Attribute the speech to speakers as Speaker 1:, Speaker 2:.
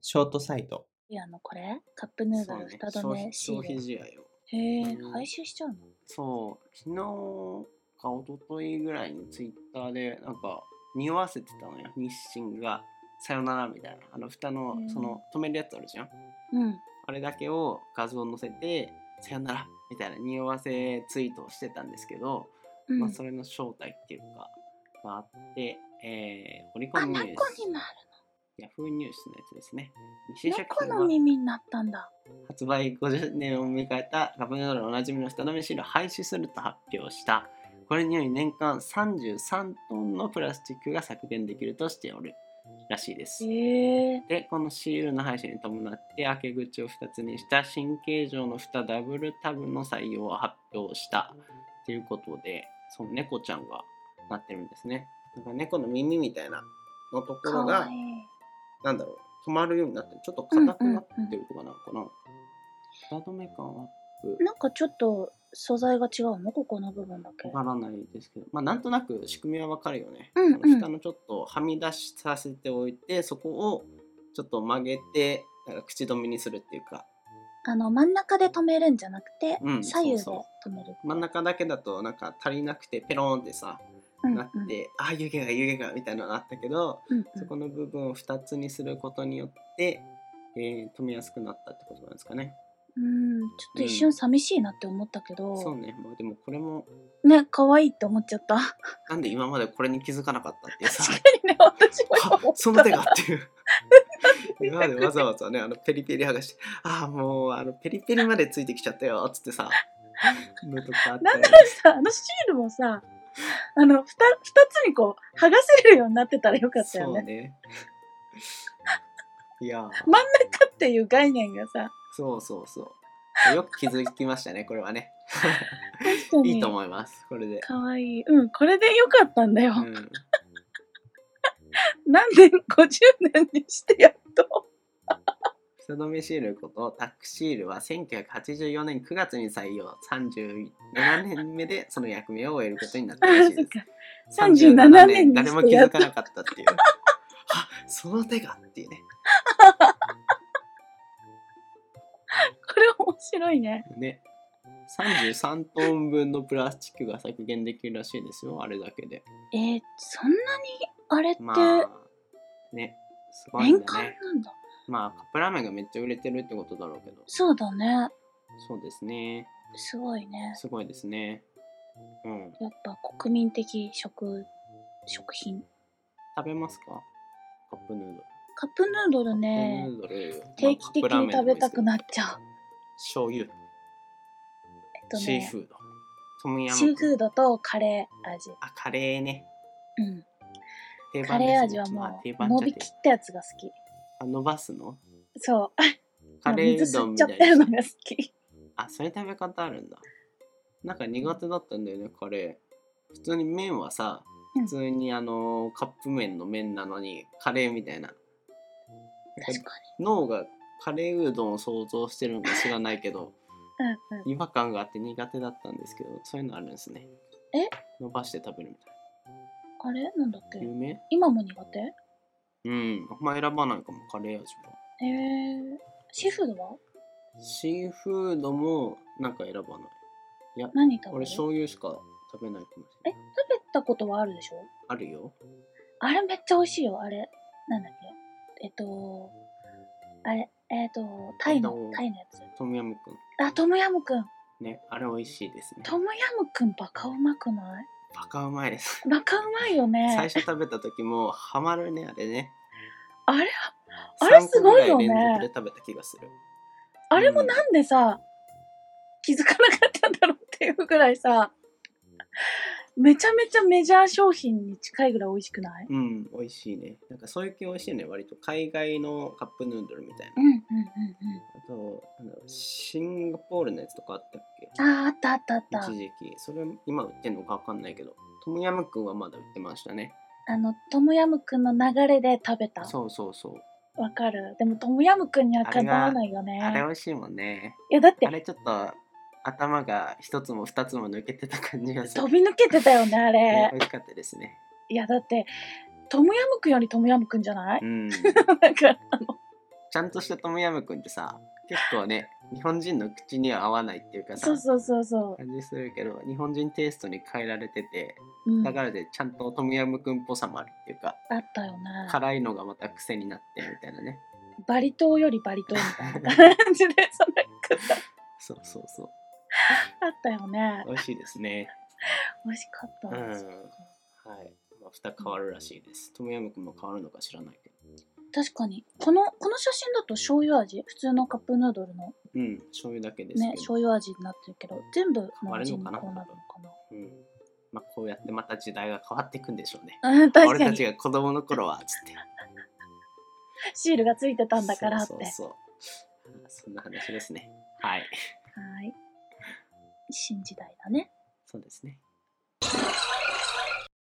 Speaker 1: ショートサイト。
Speaker 2: いや、あの、これカップヌード
Speaker 1: そう
Speaker 2: ル
Speaker 1: ね
Speaker 2: 蓋止
Speaker 1: 消
Speaker 2: め
Speaker 1: 費
Speaker 2: シー
Speaker 1: 消費
Speaker 2: ル。
Speaker 1: 試合を。
Speaker 2: へえ、
Speaker 1: うん
Speaker 2: 回収しちゃうの
Speaker 1: そう、昨日か一昨日ぐらいにツイッターで、なんか、匂わせてたのよ、日清が。さよならみたいな。あの、蓋の
Speaker 2: うん、
Speaker 1: その、止めるやつあるじゃん。
Speaker 2: うん。
Speaker 1: あれだけを画像載せて、さよならみたいな匂わせツイートをしてたんですけど、
Speaker 2: うん、
Speaker 1: まあ、それの正体っていうか、があって、えー、オリコ
Speaker 2: あ、
Speaker 1: ンニ
Speaker 2: 猫
Speaker 1: ュ
Speaker 2: に
Speaker 1: ース、
Speaker 2: な
Speaker 1: ヤフーニュースのやつですね。
Speaker 2: る。
Speaker 1: 日清食
Speaker 2: 猫
Speaker 1: 品
Speaker 2: の
Speaker 1: は
Speaker 2: 耳になったんだ。
Speaker 1: 発売50年を迎えたカップヌードルのおなじみの蓋止めシールを廃止すると発表した。これにより年間33トンのプラスチックが削減できるとしておるらしいです。
Speaker 2: へえ。
Speaker 1: でこのシールの廃止に伴って開け口を2つにした新形状の蓋ダブルタブの採用を発表したということでその猫ちゃんがなってるんですねなんか猫の耳みたいなのとこ
Speaker 2: か
Speaker 1: ろ
Speaker 2: わ
Speaker 1: が
Speaker 2: いい。
Speaker 1: なんだろう止まるようになってちょっと硬くなってるとかなのかな蓋止め感は
Speaker 2: なんかちょっと素材が違うのここの部分だけ。
Speaker 1: わからないですけどまあなんとなく仕組みはわかるよね、
Speaker 2: うんうん
Speaker 1: あの蓋のちょっとはみ出しさせておいてそこをちょっと曲げてなんか口止めにするっていうか
Speaker 2: あの、真ん中で止めるんじゃなくて、
Speaker 1: うん
Speaker 2: 左右で
Speaker 1: そう
Speaker 2: 止める。
Speaker 1: 真ん中だけだとなんか足りなくてペローンってさ、
Speaker 2: うん
Speaker 1: なって、あ湯気が湯気がみたいなのがあったけど、
Speaker 2: うんうん
Speaker 1: そこの部分を2つにすることによって、えー止めやすくなったってことなんですかね。
Speaker 2: うん、ちょっと一瞬寂しいなって思ったけど、
Speaker 1: そうね、まあ、でもこれも
Speaker 2: ね、可愛いって思っちゃった。確
Speaker 1: なんで今までこれに気づかなかったっていうさ
Speaker 2: かにね、私も今
Speaker 1: あ
Speaker 2: 思った。
Speaker 1: その手がって いう。今までわざわざねあのペリペリ剥がして「ああもうあのペリペリまでついてきちゃったよ」っつってさのとかあった
Speaker 2: な
Speaker 1: よ
Speaker 2: ん
Speaker 1: ね
Speaker 2: ならさ、あのシールもさ、あの、ふた、二つにこう、剥がせるようになってたらよかったよ
Speaker 1: そう
Speaker 2: ね。
Speaker 1: ね。いやー
Speaker 2: 真ん中 っていう概念がさ、
Speaker 1: そうそうそう。よく気づきましたね、これはね。
Speaker 2: 確かに。
Speaker 1: いいと思います、これで。
Speaker 2: 可愛いうん、これでよかったんだよ。
Speaker 1: う ん、
Speaker 2: なんで50年にしてやっ と。
Speaker 1: 人止めシールことタックシールは1984年9月に採用37年目でその役目を終えることになったらしいで
Speaker 2: あ
Speaker 1: す
Speaker 2: そっか37年にしてやっと
Speaker 1: 誰も気づかなかったっていうあその手がっていうね
Speaker 2: これ面白いね。
Speaker 1: ね33トン分のプラスチックが削減できるらしいですよあれだけで
Speaker 2: えー、そんなに、あれって、
Speaker 1: まあねすごい
Speaker 2: 年
Speaker 1: んだ
Speaker 2: 間
Speaker 1: ね
Speaker 2: なんだ。
Speaker 1: まあカップラーメンがめっちゃ売れてるってことだろうけど
Speaker 2: そうだね。
Speaker 1: そうですね
Speaker 2: すごいね。
Speaker 1: すごいですねうん
Speaker 2: やっぱ国民的食、食品。
Speaker 1: 食べますかカップヌードル
Speaker 2: カップヌードルね、
Speaker 1: カップヌードル
Speaker 2: 定期的
Speaker 1: まあカップラーメン
Speaker 2: に
Speaker 1: でも
Speaker 2: 食
Speaker 1: いい
Speaker 2: べ
Speaker 1: です
Speaker 2: た
Speaker 1: け
Speaker 2: く
Speaker 1: ど
Speaker 2: なっちゃう。
Speaker 1: 醤油、
Speaker 2: えっと
Speaker 1: シー
Speaker 2: ね
Speaker 1: フ、ードトムヤム
Speaker 2: シーフードとカレー味。
Speaker 1: あカレーね
Speaker 2: うん。
Speaker 1: 定
Speaker 2: カ
Speaker 1: 番ですね
Speaker 2: レー味は
Speaker 1: まあ
Speaker 2: も
Speaker 1: 定
Speaker 2: う、
Speaker 1: 番
Speaker 2: 伸
Speaker 1: っ
Speaker 2: び
Speaker 1: ちゃ
Speaker 2: き
Speaker 1: 定
Speaker 2: ったやつが好き。
Speaker 1: 番あ伸ばすの
Speaker 2: そう。
Speaker 1: カレーう
Speaker 2: 水
Speaker 1: どん
Speaker 2: 吸っ
Speaker 1: み
Speaker 2: ち
Speaker 1: た
Speaker 2: ゃ
Speaker 1: い
Speaker 2: っ
Speaker 1: な
Speaker 2: たのが好き。
Speaker 1: あそういう食べ方あるんだなんか苦手だったんだよねカレー普通に麺はさ
Speaker 2: うん
Speaker 1: 普通にあのカップ麺の麺なのにカレーみたいな
Speaker 2: 確か
Speaker 1: 脳がカレーうどんを想像してるのか知らないけど
Speaker 2: に。うんうん。
Speaker 1: 違和感があって苦手だったんですけどそういうのあるんですね
Speaker 2: え
Speaker 1: 伸ばして食べるみたい
Speaker 2: カレーなんだっけ
Speaker 1: な有名
Speaker 2: 今も苦手へ
Speaker 1: うんあんま選ばないかもカレー味は
Speaker 2: えー。シーフードは
Speaker 1: シーフードもなんか選ばない。いや、
Speaker 2: 何食べる
Speaker 1: 俺
Speaker 2: 食
Speaker 1: 醤油しか食べないかもしれない。
Speaker 2: べたことはあるでしょ
Speaker 1: あるよ。
Speaker 2: あれめっちゃ美味しいよ、あれ。なんだっけえっと、あれ、えっと、タイの
Speaker 1: えっと、
Speaker 2: タイのやつ。
Speaker 1: トムヤムく
Speaker 2: あ、トムヤムくん。
Speaker 1: ん。ね、あれ美味しいですね。
Speaker 2: トムヤムくんバカうまくない
Speaker 1: バカうまいです。
Speaker 2: バカうまいよ
Speaker 1: 最
Speaker 2: ね。
Speaker 1: 初食べた時もハマるね、あれね。
Speaker 2: あれ、あれ
Speaker 1: 3
Speaker 2: すごいよね
Speaker 1: 個ぐら連続で食べた気がする。
Speaker 2: あれもなんでさ、気づかなかったんだろうっていうぐらいさ、めちゃめちゃメジャー商品に近いぐらい美味しくない
Speaker 1: うん、美味しいね。なんかそういう系美味しいね。割と海外のカップヌードルみたいな
Speaker 2: う。んうんうん
Speaker 1: あと、なんだろうシンガポールのやつとかあったっけ
Speaker 2: うん。あー、あったあったあった
Speaker 1: 一。時期。それ今売ってんのかわかんないけど。トムヤムくんはまだ売ってましたね。
Speaker 2: あの、トムヤムくんの流れで食べた。
Speaker 1: そうそうそう。
Speaker 2: わかる。でもトムヤムくんにはかなわないよね。
Speaker 1: あれ美味しいもんね。
Speaker 2: いや、だって
Speaker 1: あれちょっと頭が一つも二つも抜けてた感じがす
Speaker 2: 飛
Speaker 1: る。
Speaker 2: び抜けてたよね、あ
Speaker 1: ね
Speaker 2: れ
Speaker 1: 美。味しかったですね。
Speaker 2: いや、だって、トムヤムくんよりトムヤムくんじゃない
Speaker 1: うん。
Speaker 2: なんか、あの、
Speaker 1: ちゃんとしたトムヤムクンってさ結構ね日本人の口には合わないっていうかさ
Speaker 2: そうそうそうそ
Speaker 1: 感じするけど日本人テイストに変えられてて
Speaker 2: う、うん、
Speaker 1: だからでちゃんとトムヤムクンっぽさもあるっていうか
Speaker 2: あったよな
Speaker 1: 辛いのがまた癖になってみたいな ね
Speaker 2: バリ島よりバリ島みたいな感じでその方
Speaker 1: そうそうそう
Speaker 2: あったよね
Speaker 1: 美味しいですね
Speaker 2: 美味しかった、
Speaker 1: うんはい、まあ、蓋変わるらしいですトムヤムクンも変わるのか知らないけど
Speaker 2: 確かにこのこの写真だと醤油味普通のカップヌードルの
Speaker 1: うん醤油だけですけど
Speaker 2: ね醤油味になってるけど全部
Speaker 1: 変わ
Speaker 2: の
Speaker 1: る
Speaker 2: 味
Speaker 1: の
Speaker 2: に
Speaker 1: か
Speaker 2: こう
Speaker 1: な
Speaker 2: なるのか
Speaker 1: うんまあ、こうやってまた時代が変わっていくんでしょうね
Speaker 2: なうん確
Speaker 1: 俺
Speaker 2: か
Speaker 1: た
Speaker 2: に
Speaker 1: ちが子供の頃はつって
Speaker 2: シールがついてた んだからって
Speaker 1: そうそうそうそんな話ですねはい
Speaker 2: はい新時代だね
Speaker 1: そうですね